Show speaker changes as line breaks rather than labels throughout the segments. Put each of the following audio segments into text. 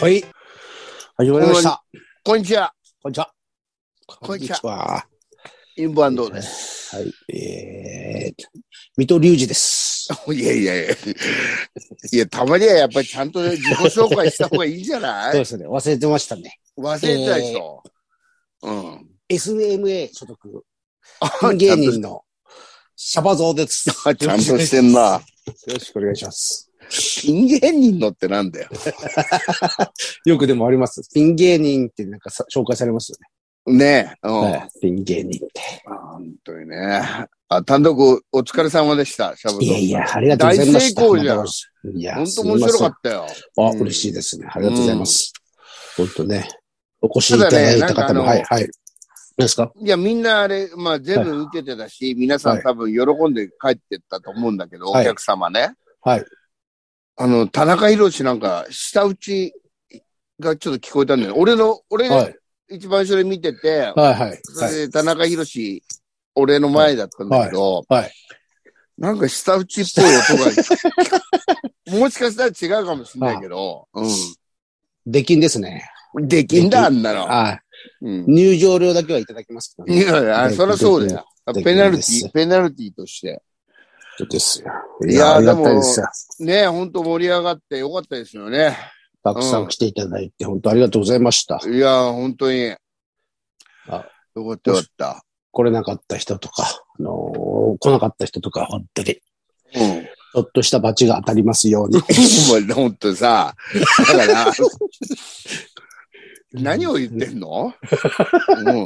はい。始まりました。
こんにちは。
こんにちは。
こんにちは
は。
インバウンドです。
はい。えー、水戸隆二です。
いやいやいや。いや、たまにはやっぱりちゃんと自己紹介した方がいいんじゃ
そ
な
う
い
ですね。忘れてましたね。
忘れてたでしょ。うん。
SMA 所属、
あ
芸人のシャバゾウ です。
ちゃんとちゃんとしてんな
よ。ろしくお願いします。
ピン芸人のってなんだよ。
よくでもあります。ピン芸人ってなんかさ紹介されますよ
ねえ。うん。
ね。はい。ピン芸人って。
本当にね。あ、単独お疲れ様でした。シャブ
いやいや、ありがとうございました。
大成功じゃん
ん。いや、
本当面白か
っ
ったよ。
た。あ、
うん
嬉しいですね。ありがとうございます。本当ね。お越しいただいた
ただ
方
ね
も、
なんかあの
はい、はい。何ですか
いや、みんなあれ、まあ全部受けてたし、皆さん多分喜んで帰ってったと思うんだけど、
はい
お客様ね。
はい。
あの、田中博士なんか、下打ちがちょっと聞こえたんだよね。俺の、俺、
はい。
一番初に見て
は
て、
い、はい。はい
それで田中博士、俺の前だったんだけど、
はいはい
なんか下打ちっぽい音 が、もしかしたら違うかもしれないけど、
出禁ですね。
うん。できんだ、あんなの。
はい。
うん。
入場料だけはいただきますけど
い
ね。
や、あそりゃそうだよ。
できん
ペナルテ
で
ィ
す
ー、ペナルティーとして。
ですよ。
いや
いや、あり
で
が
も
たいですよ。
ねえ、ほんと盛り上がってよかったですよね。
たくさん来ていただいて、本当ありがとうございました。
いや、本当に。よか
あ
ったよかった。
来れなかった人とか、あのー来なかった人とか、本当に、ち
うん。
ょっとした罰が当たりますように。
お前、ほんとさ、だから、 何を言ってんの、うん、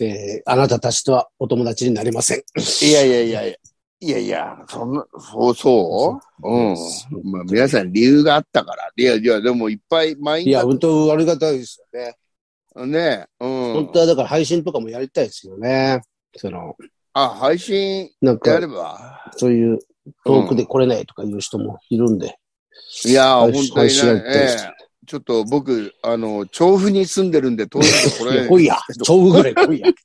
えーあなたたちとはお友達になれません。
いやいやいやいや。いやいや、そんな、そうそううん。まあ、皆さん理由があったから。いやいや、でもいっぱい満
い
員
や、
だっ
本当ありがたいですよね。
たね。うん。
本当はだから配信とかもやりたいですよね。その、
あ、配信
なん
や
か
れ、ば。
そういう遠くで来れないとかいう人もいるんで。
いや、本
配信
当に
配信やり
ね
たい
え
です
え。ちょっと僕、あの、調布に住んでるんで、当然こ
い
れ
や、。来いや、超ぐらい来 いや。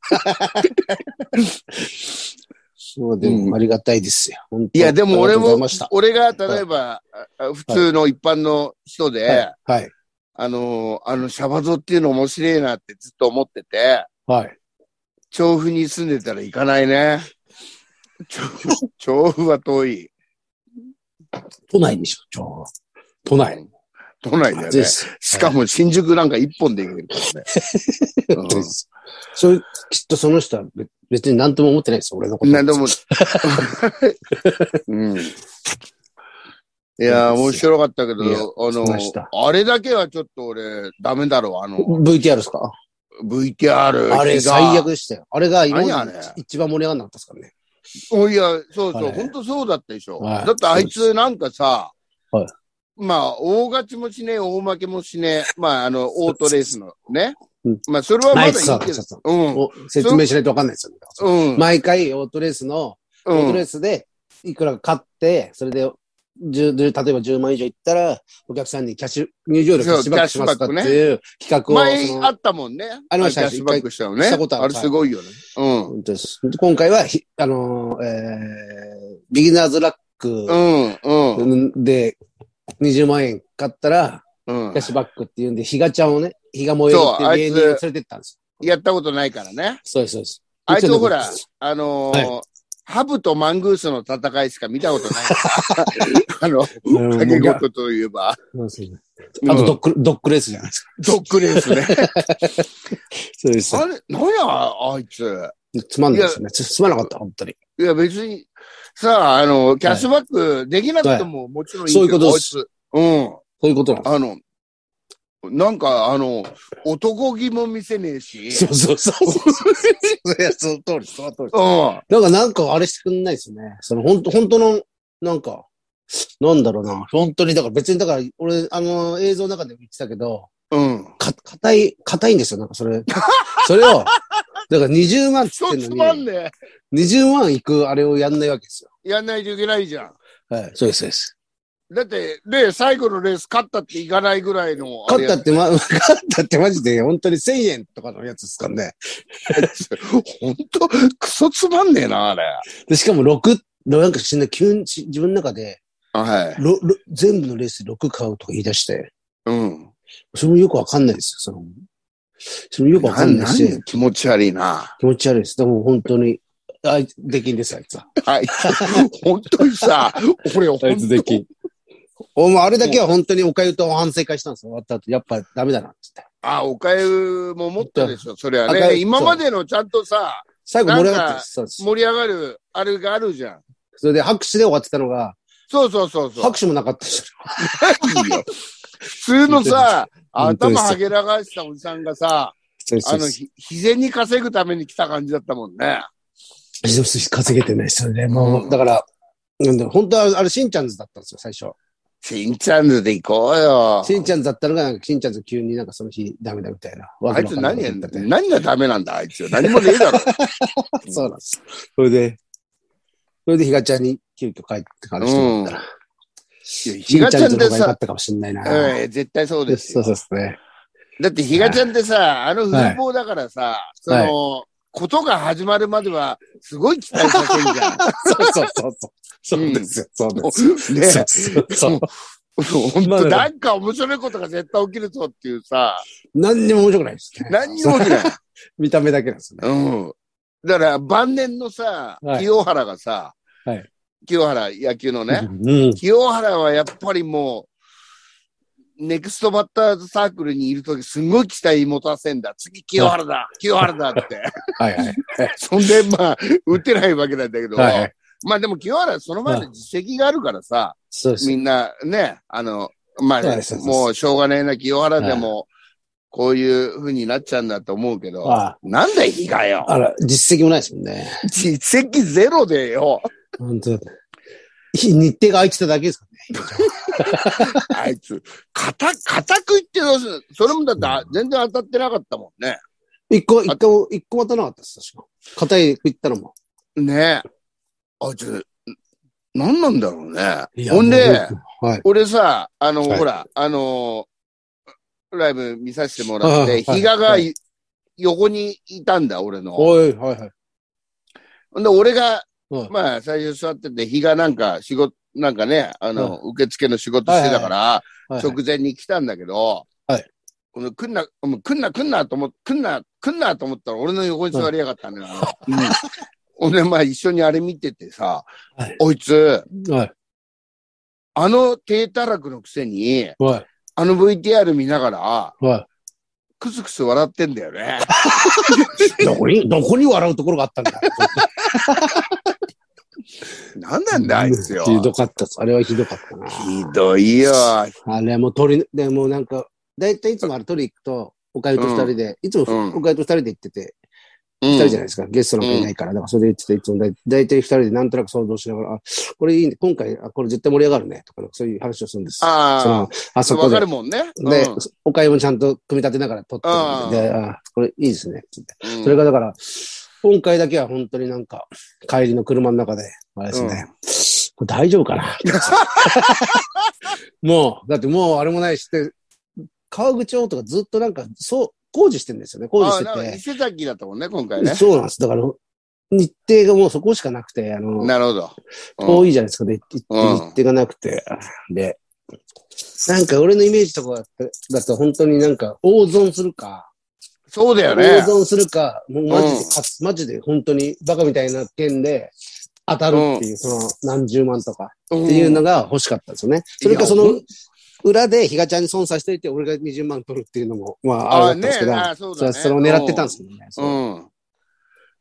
そう、で
うん
もありがたいですよ。本当
いや、でも俺
あ
も
りがとうございました、
俺が例えば、あ普通の一般の人で、
はい、はい、
あのー、あの、シャバゾっていうの面白いなってずっと思ってて、
はい。
調布に住んでたら行かないね。調布、調布は遠い。
都内にしよう、超。都内。
都内だよ
暑い
ね
で。す。
しかも新宿なんか一本で行けるからね。
暑いです。それ、きっとその人は別別に何とも思ってないです、俺のこ
う
と。
ん、なんで も。うん。いやー、面白かったけど、あ
いや
の
そうでした
ー、あれだけはちょっと俺、ダメだろう、あの、
VTR ですか
VTR。
あれ
日が
最悪でしたよ。あれが今ま
何
で
あれ
一番盛り上がんなかったですからね。
おいや、そうそ
は
う、
い
本当そうだったでしょ。
はい
だってあいつなんかさ、
はい
まあ、大勝ちもしねえ、大負けもしねえ、まあ、あの、オートレースのね
うん。
まあ、それはま
ナ
だい
イ
い
スさん、
け
そうそう
ど、うん、
お説明しないとわかんないですよね。
うん、
毎回オートレースの、
う
オートレ
ん。
ースで、いくらか買って、それで、10例えば10万以上いったら、お客さんにキャッシュ、入場料キャッシュバックしますかっていう企画を、
前
そ
あ
の
ったもんね。
ありました
キャッシュバックしたのね。
したことあ
あ
る
れすごいよね。
本当です今回はひ、あのーえー、ビギナーズラッ
う
ク
ん、うん、うん、
で20万円買ったら、
うん
キャッ。シュバックっていうんで、ひがちゃんをね、ひが燃えるっていう芸人を連れてったんですよ。
やったことないからね。
そうです、そうです。
あいつほら
うち、
あの
は
ー、ハブとマングースの戦いしか見たこと ないから。あの、
の子、
影
うん
事といえば。
そうですねあとドック、ドックレースじゃないですか。
ドッグレースね。
そうです。
あれ、何や、あいつ。
つまんないですよね。つつまんなかった、本当に。
いや、別に、さあ、あの、キャッシュバックできなくても、もちろんいいけど、
そういうこと
あ
で
い
す
つ。うん。
そういうことなんです。
あの、なんか、あの、男気も見せねえし。
そうそうそう そう。いや、その通り、その通り。
うん。
なんか、なんかあれしてくんないですね。その、本当本当の、なんか、なんだろうな。本当に、だから別に、だから、俺、あの、映像の中でも言ってたけど、
うん。
か、硬い、硬いんですよ、なんかそ れ。それを、だから20万っつ
そ
っ
う
て
つ
ん
ま
の
ん
に、
ね
20万いくあれをやんないわけですよ。
え。やんないといけないじゃん。
はい、そうです、そうです。
だって、で、最後のレース勝ったっていかないぐらいの。
勝ったってま、勝ったってマジで、本当に1000円とかのやつですからね。
あれほんと、クソつまんねえな、あれ。
で、しかも6、なんか死んだ、急に自分の中で、
はい。
ろろ全部のレースで6買うとか言い出して、
うん。
それもよくわかんないですよ、その。それもよくわかんない
な
し
ん、気持ち悪いな。
気持ち悪いです。でも本当に、あいつ、できんです、あいつは。
はい。 本当にさ、俺、本
あいつで
当
きん。お前、あれだけは本当におかゆと反省会したんですよ。終わった後、やっぱダメだな、つって。
あ、おかゆも持ったでしょ、それは
あか
ね。
ゆ
今までのちゃんとさ、
最後盛り上がってたんです。
盛り上がる、あれがあるじゃん。
それで拍手で終わってたのが、
そうそうそうそう。
拍手もなかったし。
いいよ 普通のさ、
本当に
頭はげらかしたおじさんがさ、あの、ひ、日銭に稼ぐために来た感じだったもんね。
一つ稼げてないですよね。も
う
う、
ん
だから、なんだろう本当はあれ、しんちゃんズだったんですよ、最初。
しんちゃんズで行こうよ。
しんちゃんズだったのが、なんかしんちゃんズ急になんかその日ダメだみたいな。
あいつ何やんだ
っ
って。
て。
何がダメなんだ、あいつ。何もねえ だろ。
そうなんです。それで、それでひがちゃんに急遽帰ってからしてもらったら、し
ひ
ん
が
ち
ち
ゃ
ゃ
ん
ん
ズの
っ
方が
て
良か
さ
っ、たかもしれないな。
ええ絶対そうです
そう
よ。
ですね。
だってひがちゃんってさ、あの風貌だからさ、その、ことが始まるまでは、すごい期待させんじゃん。
そうそうそうそう。そうですよ、 そうで
も
すよ。
うね
そうそうそう。
本
まあ
当なんか面白いことが絶対起きるぞっていうさ、
何にも面白くないですね。
何にも起きない。
見た目だけなんですよね。
うん。だから、晩年のさ、
はい
清原がさ、
はい
清原、野球のね、
うん。
清原はやっぱりもう、ネクストバッターズサークルにいるとき、すんごい期待持たせんだ。次、清原だ清原だって。
はいはい。
そんで、まあ、打てないわけなんだけど、
はいはい。
まあでも清原はその前の実績があるからさ、
そうです
み。んなね、あの、まあ
そうです、
もうしょうがねえな、清原でも、こういう風になっちゃうんだと思うけど、
あ
なんだよ、日がよ。
あら、実績もないですもんね。
実績ゼロで よ。
本当だね日日程が空いてただけですか
あいつ、固、固く言ってどうするそれもだってあ全然当たってなかったもんね。
ら。一個、一個も、一個も当たらなかったです、確か。硬い食いったのも。
ねえ。あいつ、何なんだろ
い
うね。
や
ほんで、
はい。
俺さ、あの、
はい
ほら、あのーライブ見させてもらっ
はい
て、
はい
比嘉が
はい
横にいたんだ、俺の。ほ
おい、はいはい。
んで、俺が、
はい
まあ、最初座ってて、比嘉なんか仕事、なんかね、あの、受付の仕事してたから、
はい
直前に来たんだけど、
はい。
俺、来んな、もう来んな、来んなと思っ、来んな、来んなと思ったら俺の横に座りやがったんだよ。あのうん俺、まあ一緒にあれ見ててさ、
はい
おいつ、
はい。
あの低たらくのくせに、
はい。
あの VTR 見ながら、
は
クスクス笑ってんだ よね。
い。どこに、どこに笑うところがあ ったんだ
何なんだ、あいつよ。
ひどかったです。あれはひどかったな。
ひどいよ。
あれもう取り、でもなんか、だいたいいつもあれ取り行くと、おかゆと二人で、いつも
うん
おかゆと二人で行ってて、
うん
二人じゃないですか。ゲストなんかいないから。だからそれで言ってて、いつもだい大体二人でなんとなく想像しながら、あ、これいいね。今回、あ、これ絶対盛り上がるね。とか、そういう話をするんです。そ
あ
のあ
あ、
そこ
わか
で
る。もんね。
で
うん、
お買い物ちゃんと組み立てながら撮ってるんで、であこれいいですね。つってそれがだから、今回だけは本当になんか、帰りの車の中で、あれですね。これ大丈夫かな もう、だってもうあれもないし、で川口町とかずっとなんか、そう、工事してるんですよね。工事し
ああ、なんか
て
伊勢崎だったもんね、今回ね
て。。そうなんです。だから、日程がもうそこしかなくて、あの、
なるほど。うん
遠いじゃないですか。で、日
うん
程がなくて。で、なんか俺のイメージとかだと本当になんか、大損するか、
そうだよね。
大損するか、もうマジで勝つ、マジで本当にバカみたいな件で当たるっていう、その何十万とか
っ
っていうのが欲しかったんですよね。それかそ
い
の
や
裏でヒガちゃんに損させておいて、俺が20万取るっていうのも、まあ、
あ
あ
あ、
れ
ね
だったんですけど、
ああそう
そ
だ
れ
ね。
それを狙ってたんですけどね。
う。
そうん
うん。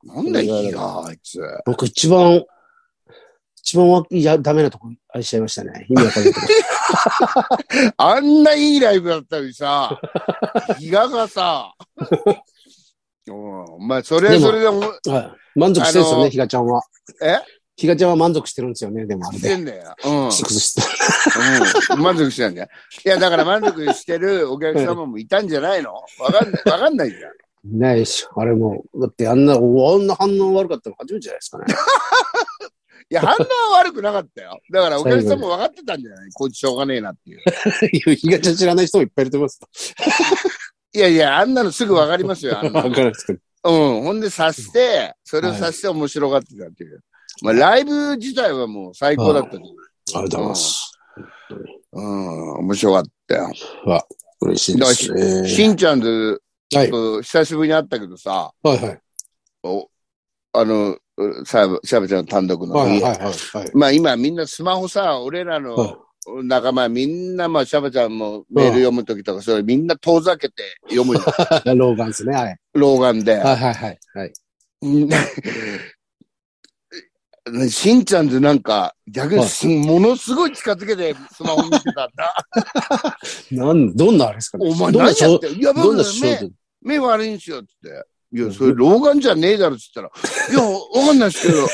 なんだよ、いいな、あいつ。
僕一番、一番わいやダメなとこ愛しちゃいましたね。意味わかんないけど。
あんないいライブだったの にさ、比嘉がさ、うんまあ、それはそれでも、
はい。満足してるんですよ
あの
ね、ひがちゃんは。
え
ひがちゃんは満足してるんですよね、でもあれ
して
で。
んだよ。うん
ク。スクスして。
うん、満足してたんじゃん。いや、だから満足してるお客様もいたんじゃないのわかんない、わかんないじゃん。
ないし、あれもう、だってあんな、あんな反応悪かったの初めてじゃないですかね。
いや、反応は悪くなかったよ。だからお客様も分かってたんじゃないこいつしょうがねえなっていう。
いやひがちゃん知らない人もいっぱいいると思います。
いやいや、あんなのすぐ分かりますよ。あんな
わか
の
んないですけど。
うん。ほんで察して、それを察して面白がってたっていう。まあ、ライブ自体はもう最高だったじゃ
あ
ん。
りがとうございます。
うん、面白かったよ。
うわ嬉しいですね。
しんちゃんと、
はい。
久しぶりに会ったけどさ、
はいはい。
おあの、さや、しゃべちゃんの単独の。
はいはいはいはい。
まあ今みんなスマホさ、俺らの、
はい
仲間みんな、まあ、シャバちゃんもメール読むときとか、それみんな遠ざけて読 むよ
老眼ですね。はい。
老眼で。
はいはいはい。はい。
うんしんちゃんってなんか、逆にすものすごい近づけてスマホ見てたん だ。
なん、どんなあれですかね。
お前
どんな
何やっ
症
ていや、
ど
僕
んな症
目、
状
目悪いんすよって言って。いや、それ老眼じゃねえだろって 言ったら、いや、わかんないですけど、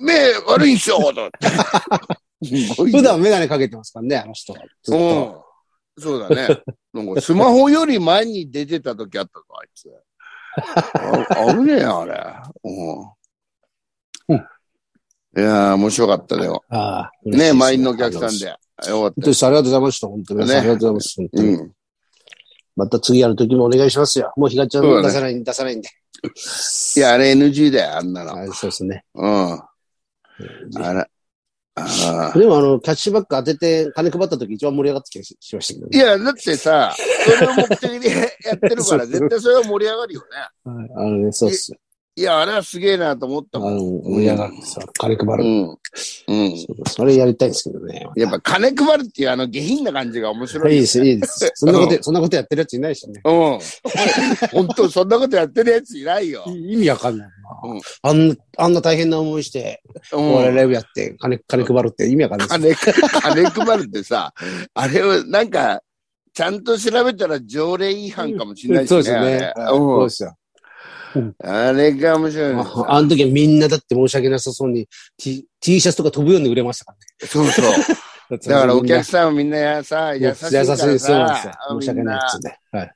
目悪いんすよ、と。
普段メガネかけてますからね、あの人は。ずっと。
うん。そうだね。なんかスマホより前に出てた時あったぞ、あいつ。あ危ねえよ、あれ。うん。いやー、面白かったね。
ああ。嬉しい
ね
です
満員のお客さんで。。よか
本
った
当
よ。
です。ありがとうございました。本当に。
ね
ありがとうございます。本当
う
に。
ん。
また次やる時もお願いしますよ。もうひがちゃん
そうだね
出さない、出さないんで。
いや、あれ NG だよ、あんなの。
はい、そうですね。
うん。
ぜ
あれ。あー
でもあの、キャッシュバック当てて金配った時一番盛り上がった気がししましたけど
い
ね。
や、だってさ、それを目的で やってるから、
そう
絶対それは盛り上がるよね。
はいあのね、そうっすよ。
いや、あれはすげえなと思った
あ
も
の
ん。、
盛り上がってさ、金配
う
る。
ん。うん。
そうそれやりたいんですけどね。
やっぱ金配るっていうあの下品な感じが面白い。
いいです、いいです。そんなこと、そんなことやってるやついないしね。
うん。本当そんなことやってるやついないよ。
意味わかんないな
うん
あんな、あんな大変な思いして、
う
お笑いラ
ん。
イブやって、金、金配るって意味わかんないです。
金、金配るってさ、あれはなんか、ちゃんと調べたら条例違反かもしれないし
そう
ね。
ですよね。
あ
はいそ
れ
う
う
で
ん
すよ。
あれが面白いね
ああの時はみんなだって申し訳なさそうに T, T シャツとか飛ぶように売れましたからね。
そう そう。
だって
だからお
みんな
客さんはみんなやさ、優しいから
優しい、そうなんですよ
さ。。
申し
み
訳
ん
ない
な
ですね。はい。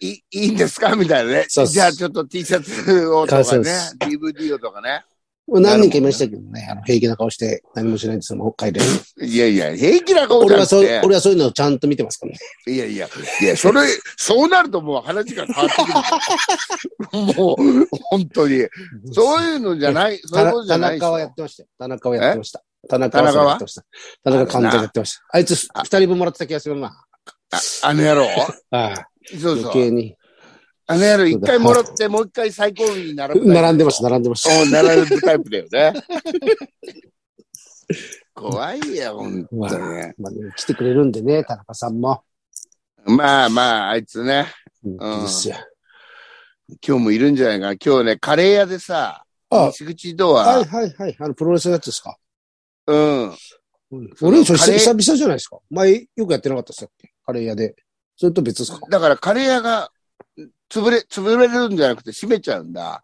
いいいんですかみたいなね。
そうです
じゃあちょっと T シャツをとか
そう
ね
で、す
DVD をとかね。
もう何人かいましたけどね、あの平気な顔して何もしないんですよ、もう帰れ。
いやいや、平気な顔じ
俺
ゃな
は
く
そう
て、。
俺はそういうのをちゃんと見てますからね。
いやいや、いや、それ、 そうなるともう話が変わってくる。もう、本当に。そういうのじ ゃない、そういうことじ
田
ゃない
中はやってましたよ。田中はやってました。田中は
田中は
やってました。田中監督やってました。あいつ二人分もらってた気がするな。
ああの野郎
ああ、
そう
余
そう。
計に。
あの野郎一回もらって、もう一回最高位に並ぶ。
並んでました、並んでました。
うん並ぶタイプだよ ね。怖いよ、本
ま
当
あ
に。
まあね来てくれるんでね、田中さんも。
まあまあ、あいつね、
うん、いいですよ。
今日もいるんじゃないかな。今日ね、カレー屋でさ、
あ
西口ド
は
ア
い、はいはい。あの、プロレスのやつですか。
うん。
俺もそれ
カレー
久々じゃないですか。前よくやってなかったっすよ。カレー屋で。それと別ですか。
だからカレー屋が、潰れ、潰れるんじゃなくて閉めちゃうんだ。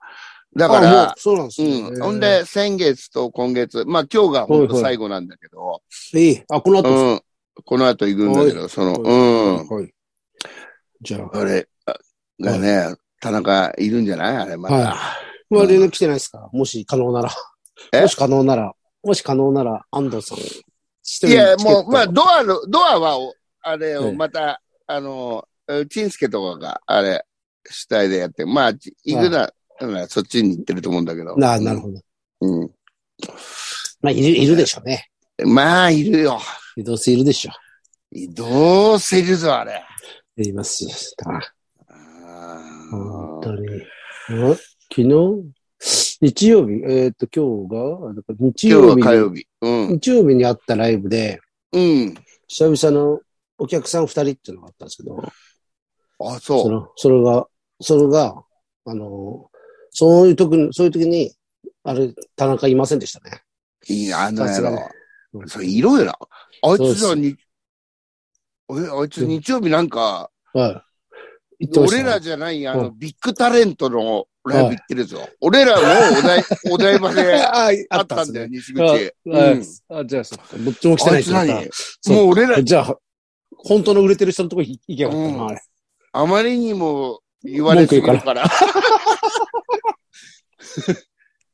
だ
だも
か
う
ら、
そうなんですね
うん。ほん、で、先月と今月、まあ今日が本当最後なんだけど、
いい。あ、この後です
うん。この後行くんだけど、その、
か。
うん。
はい。じゃあ、
あれ、あがね、田中いるんじゃないあれま
は
た。
まあ連絡来てないですかもし可能なら。
え
もし可能なら、もし可能なら、安藤さん。一人
いや、
チケット
もう、まあドアの、ドアはお、あれ
え
を
え
また、あの、えチンスケとかが、あれ、主体でやって、まあ、ち行くな、ならそっちに行ってると思うんだけど。
ななるほど。
うん。
まあ、いる、いるでしょうね。
まあ、いるよ。
どうせいるでしょ
どうせいるぞ、あれ。
う。いますよ。だから本当
あ
に。え昨日日曜日、えっ、と、今日が、だから日
今日
曜
は
日
火
に、
曜日。うん。
日曜日にあったライブで、
うん。
久々のお客さん二人っていうのがあったんですけど、
あ、
そ
そう。
の、それが、それが、あの、そういう時に、そういう時に、あれ、田中いませんでしたね。
いいな、あの
さ
野
すが
郎
ね。うん
そう、いろよな。あいつ
そ
さ、
う
に、え、あいつ日曜日なんか、
はい。言ってました
俺
ね
らじゃない、あの、
う
ビッグタレントのライブ行ってるぞ。俺らも お台、お台場で
ああ、
あ
あ
っ
った
た
ん
ん
だ
だ
よ
よ、
ね。
西口。
あ
うん。
ああじゃあ、そっかどっちも来て
あ
ないい
つ何
そう
もう俺ら、
じゃあ、本当の売れてる人のとこ行行けばよかったな、あれ。
あまりにも言われすぎるから。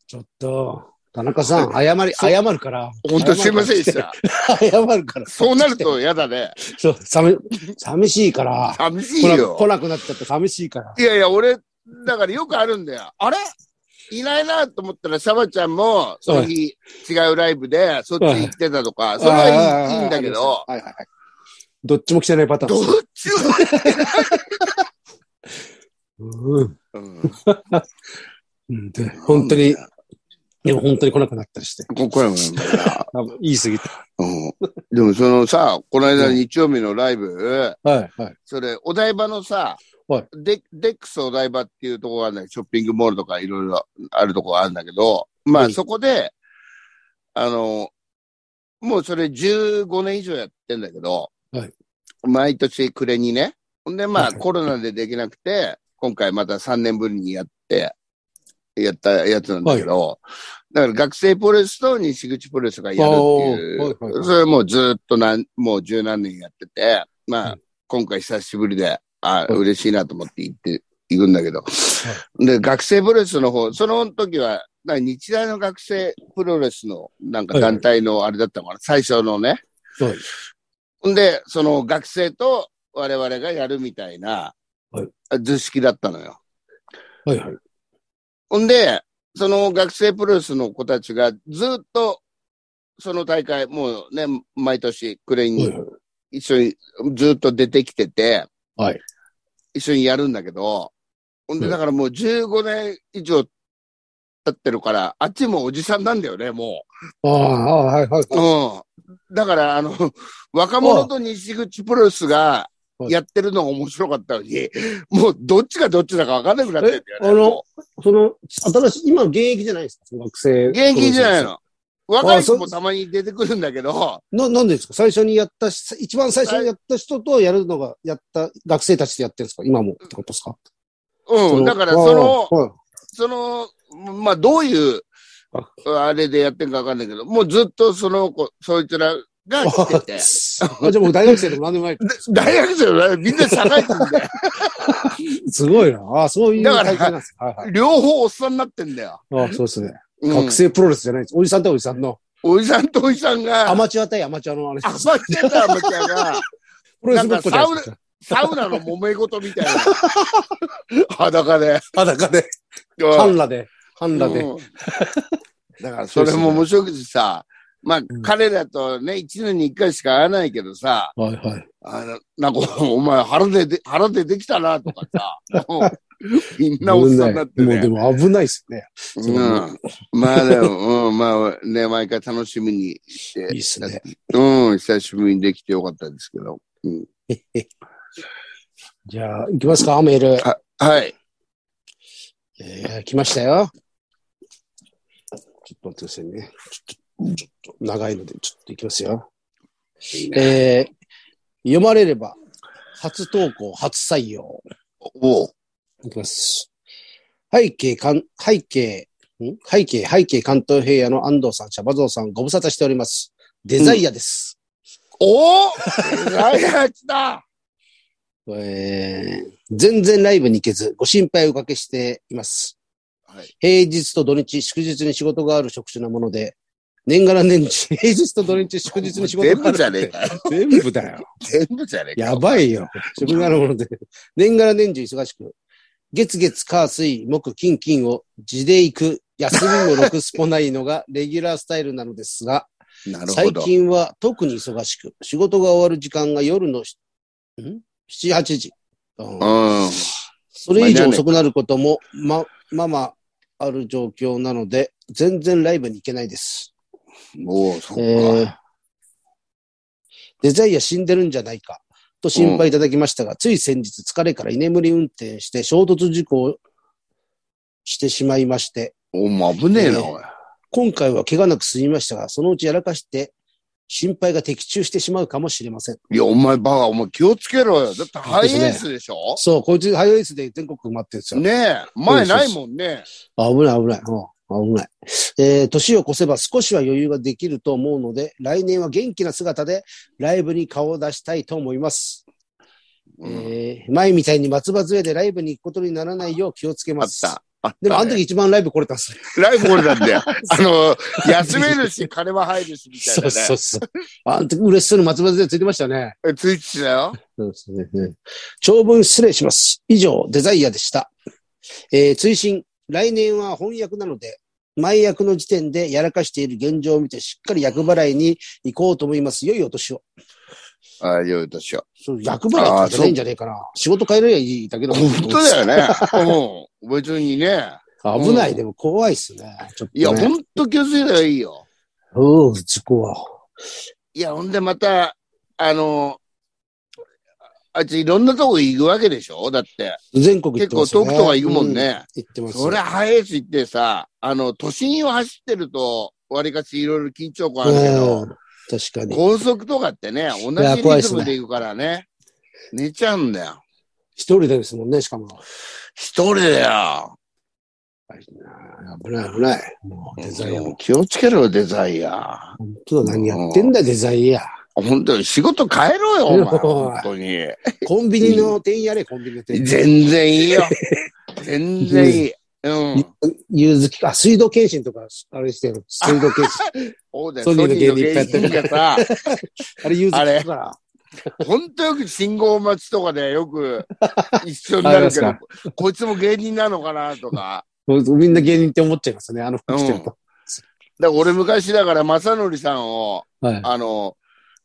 ちょっと、田中さん、謝り、謝るから。
本当すいませんでし
謝る
た。
から。
そうなる。と嫌だね。
そう、寂、寂しいから。
寂しい
来な
よ。
来なくなっちゃって寂しいから。
いやいや、俺、だからよくあるんだよ。あれいないなと思ったら、シャバちゃんも、その日、違うライブで、そっち行ってたとか、それはいいいいんだけど、
はいはいはい。どっちも着てないパターン
どっちも。
うん
うん
うん。で、本当に、。でも本当に来なくなったりして。
ここれもなんだよな
あ言い過ぎた。
うんでもそのさ、この間日曜日のライブ、
はい、はい。
それ、お台場のさ、
はい
デデックスお台場っていうところがあるんだけど、ショッピングモールとかいろいろあるところがあるんだけど、ま
は
あ
い
そこで、あの、もうそれ15年以上やってんだけど、
はい
毎年暮れにね。ほんでま
は
あ
い
コロナでできなくて、今回また3年ぶりにやって、やったやつなんだけど、だから学生プロレスと西口プロレスがやるってい、
おーはいはいう
それもうずっとなん、もう十何年やってて、まあ、
うん
今回久しぶりで、あ
い
嬉しいなと思って行って、行くんだけど、で、学生プロレスの方、その時は、な日大の学生プロレスのなんか団体のあれだったのかな、最初のね。
はい。
んで、その学生と我々がやるみたいな
はい、
図式だったのよ。
はい、はい。
ほんで、その学生プロレスの子たちがずっと、その大会、もうね、毎年クレイ
はい
に
はい
一緒にずっと出てきてて、
はい。
一緒にやるんだけど、ほんで、
うん
だからもう15年以上経ってるから、あっちもおじさんなんだよね、も
ああ、はい、はい。
う。うん。だから、あの、 若者と西口プロレスが
はい
やってるのが面白かったのに、もうどっちがどっちだか分かんなくなってるんだよね。
えあの
もう
その、新しい、今現役じゃないんですかその学生。
現役じゃない。の。若い子
そ
もたまに出てくるんだけど、
な、なんでですか最初にやったし、一番最初にやった人とやるのが、やった学生たちでやってるんですか今もってことですか
うん、だからその、、
はい
その、まあ、どういう、あれでやってるかわかんないけど、もうずっとその子、そいつらが来て て
あ、じゃあもう大学生でも何でもない。
大学生はみんな社会人で、
すごいな。ああ、そういう
だから
体験なんですか。はい
両方おっさんになってんだよ。
はい。ああ、そうですね。
うん
学生プロレスじゃないです。おじさんとおじさんの。
おじさんとおじさんが、
アマチュア対アマチュアのあれ。
あまちゃんだ、アマちゃんが、
プロレスごっこじゃないですか。
サウナの揉め事みたいな。 裸で。
裸で、
うん
半裸で、半裸で。
うん だからそれも面白くてさ、まあ、
ん
彼らとね、一年に一回しか会わないけどさ、
はいはい。
あの、なんか、お前腹でで、腹でできたな、とか さ、もうみんなおっさんになって
もうで
ね。
も危ないですね。
う
でも
ん。まあでも、うん、まあね、毎回楽しみにして
いいっすね。
うん、久しぶりにできてよかったですけど。
じゃあ、行きますか、メール。
はい。
えー、来ましたよ。ちょっと待ってくださいね。ちょっと、ちょっと長いので、ちょっと行きますよ。えー、読まれれば、初投稿、初採用。
おう。
いきます。背景、かん背景、ん背景、背景関東平野の安藤さん、シャバゾウさん、ご無沙汰しております。デザイアです。
おライアチだ
えー、全然ライブに行けず、ご心配をおかけしています。
はい。
平日と土日、祝日に仕事がある職種なもので、年がら年中、平日と土日、祝日に仕事
全
があ
部
る。
じゃねえかよ。
全部だよ。
全部じゃねえかよ。
やばいよ。職があるもので、年がら年中忙しく、月月火水木金金を地で行く、休みもろくすぽないのがレギュラースタイルなのですが、
なるほ
最
ど。
近は特に忙しく、仕事が終わる時間が夜のし、ん ?7、8時。うん
うん。
それ以上遅くなることも、ま、ままある状況なので、全然ライブに行けないです。
おう、そっか。
えーデザイア死んでるんじゃないかと心配いただきましたが、つい先日疲れから居眠り運転して衝突事故をしてしまいまして、
お前危ねえ
え
な、
ー
おい。
今回は怪我なく済みましたが、そのうちやらかして心配が的中してしまうかもしれません。
いや、お前バカ、お前気をつけろよ。だってハイエースでしょ
そう、こいつハイエースで全国回ってるんですよ。
ねえ、前ないもんね。
あ危ない危ない。うん、危ない。えー年を越せば少しは余裕ができると思うので、来年は元気な姿でライブに顔を出したいと思います。
うん
えー前みたいに松葉杖でライブに行くことにならないよう気をつけ
あ
ま
っ
す。
た。あったね
でも、あの時一番ライブ来れたんですよ。
ライブ俺なん だよ。あの、休めるし、金は入るし、みた
そ
いな
う
ね。
そうそう。あの時嬉しそうに松葉杖ついてましたね。
えツイッチだよ。
そうですね。長文失礼します。以上、デザイアでした。えー追伸、来年は翻訳なので、前役の時点でやらかしている現状を見て、しっかり役払いに行こうと思います。良いお年を。
ああ、良い年を。
そう役払いとかじゃないんじゃねえかな。仕事変えればいいだけだもん
本当だよね。うん。別にね。
危ない、
うん
でも怖いっすね。ちょっと、ね。
いや、ほんと気をつけたらいいよ。
うん、事故は。
いや、ほんでまた、あの、あいついろんなとこ行くわけでしょだって。
全国行っ
結
て
構
ます、ね。
遠くとか行くもんね。
うん。行ってます。
そりゃ早いし行ってさ、あの、都心を走ってると、わりかしいろいろ緊張感あるけど、
うん確かに。
高速とかってね、同
いや
じ
怖い
リ
っす
ズ
ね
ムで行くからね。寝ちゃうんだよ。
一人ですもんね、しかも。
一人だよ。
危ない、危ない。もうデザイア。
気をつけろよ、デザイア。
本当だ、何やってんだ、デザイア。
本当に仕事変えろよ、お前。本当に。
コンビニの店員やれ、コンビニの店員。
全然いいよ。全然 いい。うん。
ゆずき、あ、水道検診とか、あれしてる。水道検診。
そうだよ、
ソ
ソ
ニ
ニ
ー
ー
の芸
の芸
人いっぱいやってる
人がさ、
あれ、ゆずきだから。
本当よく信号待ちとかでよ く一緒になるけ
あ
ど、こいつも芸人なのかなとか。
みんな芸人って思っちゃいますね、あの服着てると。
だから俺昔だから正則さんを、
はい。
あの、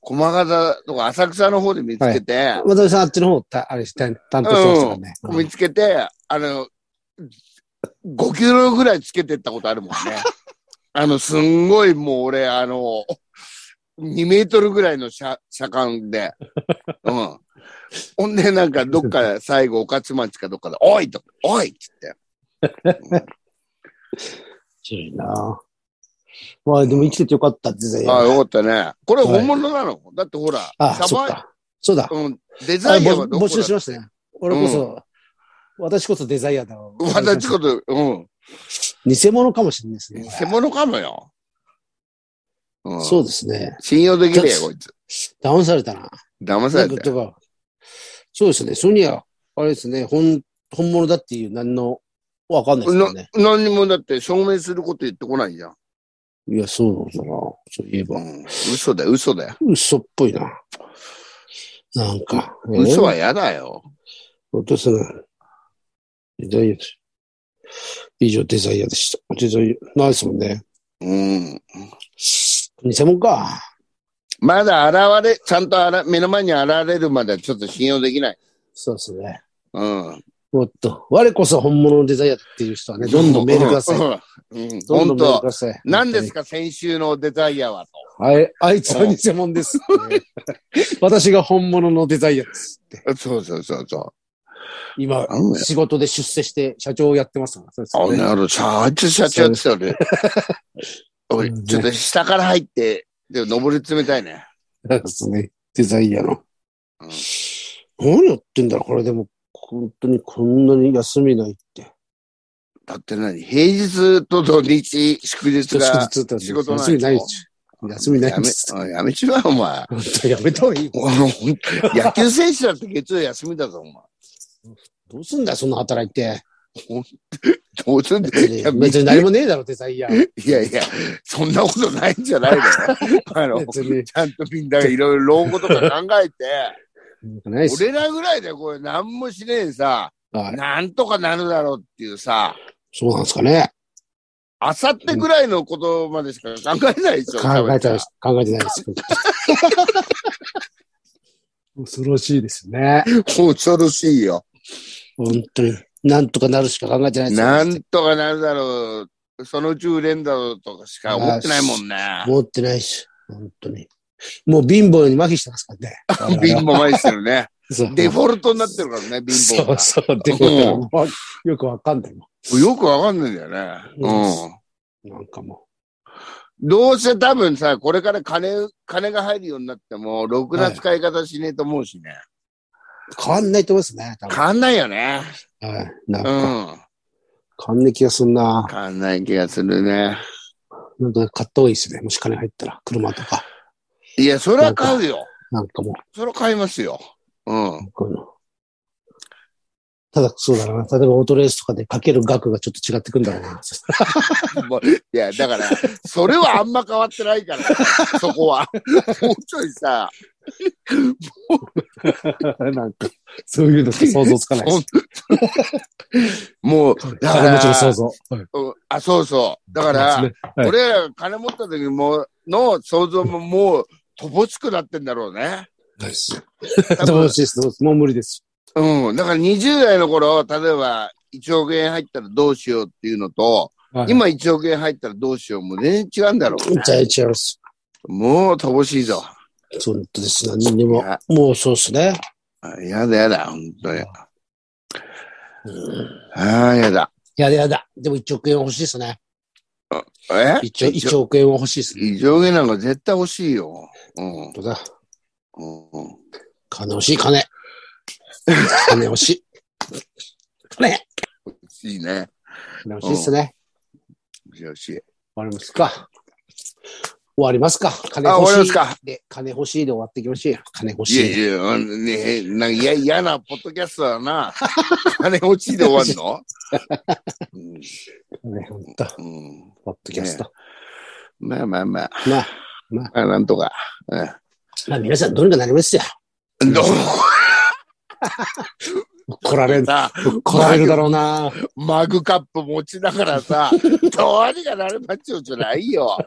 駒形とか浅草の方で見つけて、
渡辺さん、あっちの方、たあれして、担当してましたからね。
見つけて、あの、5キロぐらいつけてったこと あるもんね。あの、すんごいもう俺、あの、2メートルぐらいの車、車間で。うん。ほんで、なんか、どっか最後、御徒町かどっかで、おいと、おいっつって。
強いなまあ、でも生きててよかったですね。
ああ、よかったね。これ本物なの、だってほら、
あ、
シャ
そっ
バ
か。そうだ。
うん、デザ
あ
イン
ぼ
はどこ
募集
だ
しましたね。俺こそ、私こそデザイアだわ。
私こと、うん。
偽物かもしれないですね。
偽物かもよ。うん、
そうですね。
信用できねえよ、こいつ。
騙されたな。
騙さ
な
れ
んか
たよ。
とかそうですね。ソニア、あれですね。本、本物だっていう何の、わかんないですよね。
な何にもだって証明すること言ってこないじゃん。
いや、そうなんだな。そういえば。
ん、嘘だよ、嘘だよ。
嘘っぽいな。なんか。
嘘
え
は嫌だよ。
ー落とすな。デザイアです。以上、デザイアでした。デザイア、ないですもんね。
うん。
偽物か。
まだ現れ、ちゃんとあら目の前に現れるまではちょっと信用できない。
そうですね。
うん。
もっと、我こそ本物のデザイアっていう人はね、どんどんメールくだ さい。
い。うん、
どんどんメー
本
ル
当
く。ださい。
何ですか、先週のデザイアはと。
あい あいつは偽物ですって。 私が本物のデザイアですって。
そうそうそうそう。
今、
なんだよ
仕事で出世して社長をやってますから。そうです
あ
よ
の
ね。
野郎、社長、社長ってたね。おいちょっと下から入って、でも登り詰めたいね。
そうですね。デザイアの。
うん
何やってんだろう、これでも。本当にこんなに休みないって。
だって何平日と土日、祝日が
日って
仕事ない
休みないです休みないんです。
やめ、やめちまえ、お 前。
本当やめた方がいいよ。
お前ほんと野球選手だって月曜休みだぞ、お前。
どうすんだよ、そんな働いて。
どうすんだ
別
い
に
や、
別
別
に
に
何もねえだろ、デザ イア。別
いやいや、そんなことないんじゃないの あの、ち
に。
ゃんとみんながいろいろ老後とか考 えて、
ないっす。
俺らぐらいでこれ何もしねえさ、
はい
なんとかなるだろうっていうさ、
そうなんですかね。
あさってぐらいのことまでしか考えないでしょ。
考えて
多
ない
分
です。考えてない です。恐ろしいですね。
恐ろしいよ。
本当に。なんとかなるしか考えてないです。
なんとかなるだろう。そのうち売れんだろうとかしか思ってないもんね。。
持ってないし、本当に。もう貧乏に麻痺してますからね
貧乏前してる ね。
そう。
デフォルトになってるからね、貧乏
そう
が。
そう、デフォルトもうよくわかんないも
よくわかんないんだよね。
う
う
なんかも
ん。どうせ多分さ、これから金、金が入るようになっても、ろくな使い方しねえと思うしね。
う。変わんないと思いますね。多分
変わんないよね。
はい。なん
うん。
か、変わ
変
んない気がすんな。
わんない気がするね。
なんか買った方がいいですね。もし金入ったら、車とか。
いや、それは買うよ。
なんかもう。
それは買いますよ。うん。
こういうのただ、そうだな。例えばオートレースとかでかける額がちょっと違ってくんだろうな。
もういや、だから、それはあんま変わってないから、そこは。もうちょいさ、
なんか、そういうのって想像つかない です。
もう、だ か
金持ちの
ら、
想像。
うんあ、そうそう。だから、
そうですねはい
俺らが金持った時も、の想像ももう、乏しくなってんだろうね。
ないです。どうしです、どうしもう無理です。
うん。だから20代の頃、例えば1億円入ったらどうしようっていうのと、
はい、
今1億円入ったらどうしようも全然違うんだろうね。
じゃあ、違います。
もう乏しいぞ。
そうです。何に
い
も。
や、
もうそうですね。
やだやだ、本当に。
うん
ああ、やだ。
やだやだ。でも1億円は欲しいですね。
え
一応1億円は欲しいですね。
異常げなんか絶対欲しいよ。うん。
本当だ。
うん、
金欲しい、金。金欲しい。金
いいね。
金欲しいですね。
よし。
終わりますか。終わりますか。金
あ、
欲
終わりま
し
す
い。
か。
で、金欲しいで終わっていきましょうよ。金欲
い
し
や
い。
いや、うんね、なんかいや嫌なポッドキャスト だな。金落ちで終わるの、うん
ね、ほんと、
うん、
ポッドキャスト。
まあまあまあ、
まあ、
まあなんとか。うん
まあ皆さんどうにかなりますよ。
どう
来られ る、
さ、
来られるだろうな。
マグカップ持ちなが らさ、どうにかなるまっちゃうじゃないよ。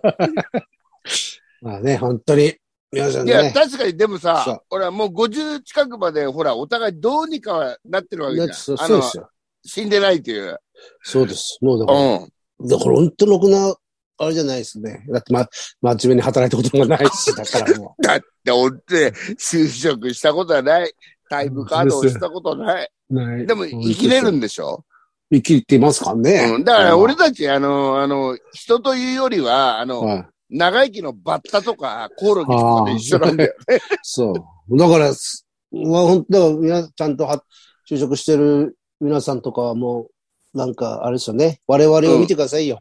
まあね、本当に。皆さん
いや、
ね。
確かにでも
そ
さ
う、
俺はもう50近くまで、ほら、お互いどうにかはなってるわけじゃ
だっ
ん。
てそう
あ
そう
の
で、すよ。
死んでないっていう。
そうです。もうだ
う
から、
ん。
だから本当ろくな、あれじゃないですね。だってま、真面目に働いたことがないし、だからも
だって、俺って、就職したことはない。タイムカードをしたことない。
う。ない
でも、生きれるんでしょ
生きてますからね。
うん。だから、俺たち、あの、あの、人というよりは、あの、
はい。
長生きのバッタとか、コオロギとかで一緒なんだよ。
そう。だから、すまあ、ほんだから皆ちゃんとは就職してる皆さんとかはもう、なんか、あれですよね。我々を見てくださいよ。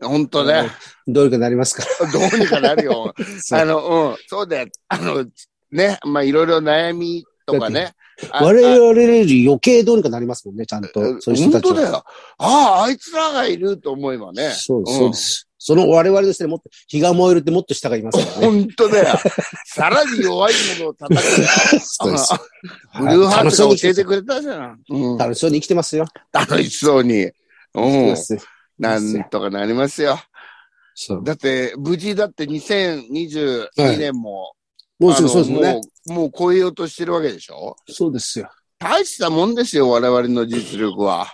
本当ね。
どうにかなります から。
どうにかなるよ。
そう
あの、うん、そうだよ。あの、ね、まあ、いろいろ悩みとかね。あ
我々より余計どうにかなりますもんね、ちゃんと
あ。
そういう人た
本
ち
当だ
は。
よ。ああ、あいつらがいると思えばね。
そうです、
うん
そうです。その我々ですね、もっと、火が燃えるってもっと下がいますからね。
本当だよ。さらに弱いものを叩く。
そうです。
ブルーハーツが
楽しそ
教
う
え
に
てくれたじゃん。うん
楽しそうに生きてますよ。
楽しそうに。
そう
う
で
ん。
すね
なんとかなりますよ。
そう
だって、無事だって2022年も、
もうす
あ
ぐ
の
そうですもんね。
もう、もう超えようとしてるわけでしょ
そうですよ。
大したもんですよ、我々の実力は。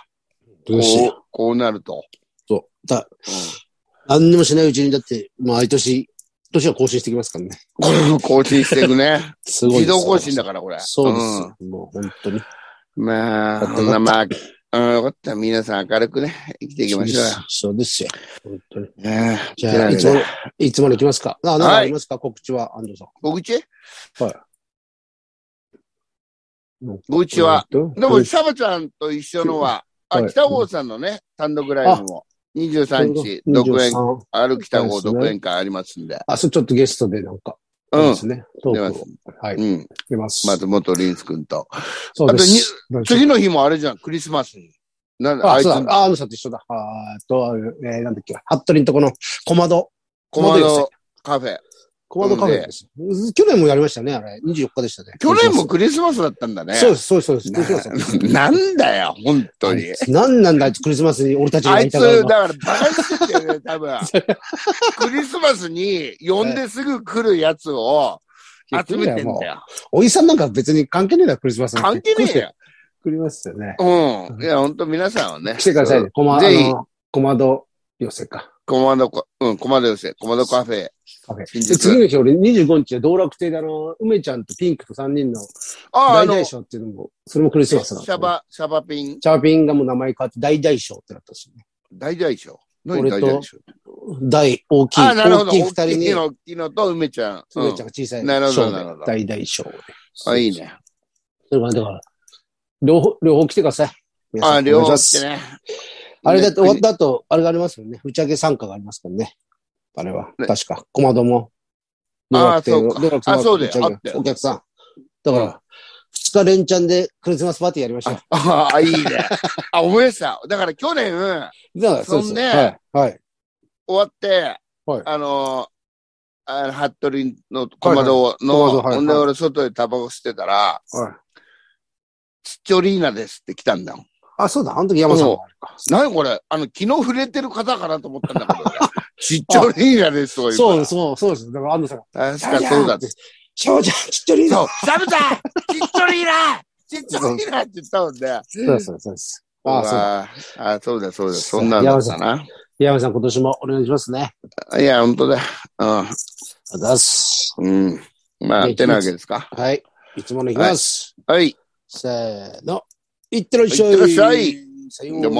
どうし
こ
よ
う、こうなると。
うそう。だ、何にもしないうちに、だって、まあ、毎年、年は更新してきますからね。
これを 更新していくね。
すごい
自
ですよ
動更新だから、これ。
そうですよ、もう本当に。
うん。ま
よ
あ、
かった
そんな、まあ、うん、よかった。皆さん明るくね、生きていきましょうよ。
そうですよ。本当に。
ねえ
じゃあ、
て
い
な
つ
け
も
で
の、いつもの行きますか。あ、なんか
はい
ありますか、告知は、安藤さん。
ご口
はい
ご口は。。
ど
でも、サバちゃんと一緒のは、あ、
はい
北郷さんのね、単独ライブも、23日、独演、
23
ある北
そ
郷
うですね
独演会ありますんで。
あ、そう、ちょっとゲストでなんか、
う
で
ん
すね。ト
出
ー
ま
ク
す
を。はい、
うん。
出ます。
松本凛君と。
そうです。
次の日もあれじゃん、クリスマスに。なんだ、あ
あ、
いつ
そ、うだ。あ、アンドさんと一緒だ。あーっと、えー、なんだっけ、ハットリンとこの小窓。
コマ
寄
ド
席
カフェ。
小窓カフェです。去年もやりましたね、あれ。24日でしたね。
去年もクリスマスだったんだね。
そうです、そうです、そうです。ク
な
リスマスだった。
なんだよ、本当に。
何なんだ、あいつクリスマスに俺たちが
あ
やり
いつ、
た
だ
が
から
る
バ
の
カにしててね、多分。クリスマスに呼んですぐ来るやつを集めてん
い
だ
や
よ。
おじさんなんか別に関係ねえだろ、クリスマスなん
関
て
係ねえよ。
クリスマスだよね。
うん。いや、本当皆さんはね。
来てくださいね。小窓、
ぜひ
あの小窓寄せか。
コマドコ、うん、コマド寄せ、コマドカフェ。
カフェ
新
で
宿
次の日、俺25日は道楽亭であの、梅ちゃんとピンクと3人の
ああ、あ
大
の、
大
シ
賞っていうのも、それもクリスマスなんだ
ャバ、シャバピン、
チャーピンがもう名前変わって大大賞ってなったんですよね。
大大将。何
俺
大
と
大将
大、大きい、
ああ、なるほ
大
ど。
きい
大
二人
きい
に、
の、大きいのと梅ちゃん。
つ
う
め
ん
ちゃんが小さい
なるほど
小
なるほど
で、大大小で。
あ、いいね。
それからだから、両方、両方来てください。皆さん
あ、両
お願
方
い
来
します
てね。
あれだって、終わっ
ね
た後、あれがありますよね。打ち上げ参加がありますからね。あれは、
ね
確か。小窓も。
あー
道
そう
楽亭の道楽
か
亭の
あそうだ
打
よ
ち上げ
あったよ
お客さん。だか
うん
ら、二日連チャンでクリスマスパーティーやりましょう。
ああ、いいね。あ、思い出した。だから去年、
だから、そうで
そ
す。
んで
はい。はい。
終わって、
はい
あのー、あの、服部の小窓の、
はいはい小窓はい
ほんで俺外でタバコ吸ってた
は
ら、
い。
チッチョリーナですって来たんだもん。
あ、そうだ。あの時山さんもあるか。
何これあの、昨日触れてる方かなと思ったん だけど、俺チッチョリーナですとか言う
そ
から
う、そう、そうです。だから、安藤さんが
確かそうだって。
シャワちゃん、ちっちゃい
そ
の。
う、サブさんちっちゃ いなちっちゃいなって言ったもんね。
そうです、そうです。ああ、そうだ。
ああ、そうだ、そうだ、そんなんだったな。
山さん、今年もお願いしますね。あり
いや、本当だ。
がとうございます。
うん。うん。まあ、
ね
てなわけですか。
はい。いつものいきます。
はい。
せーの。いってらっしゃい。
いってらっしゃい
さようなら。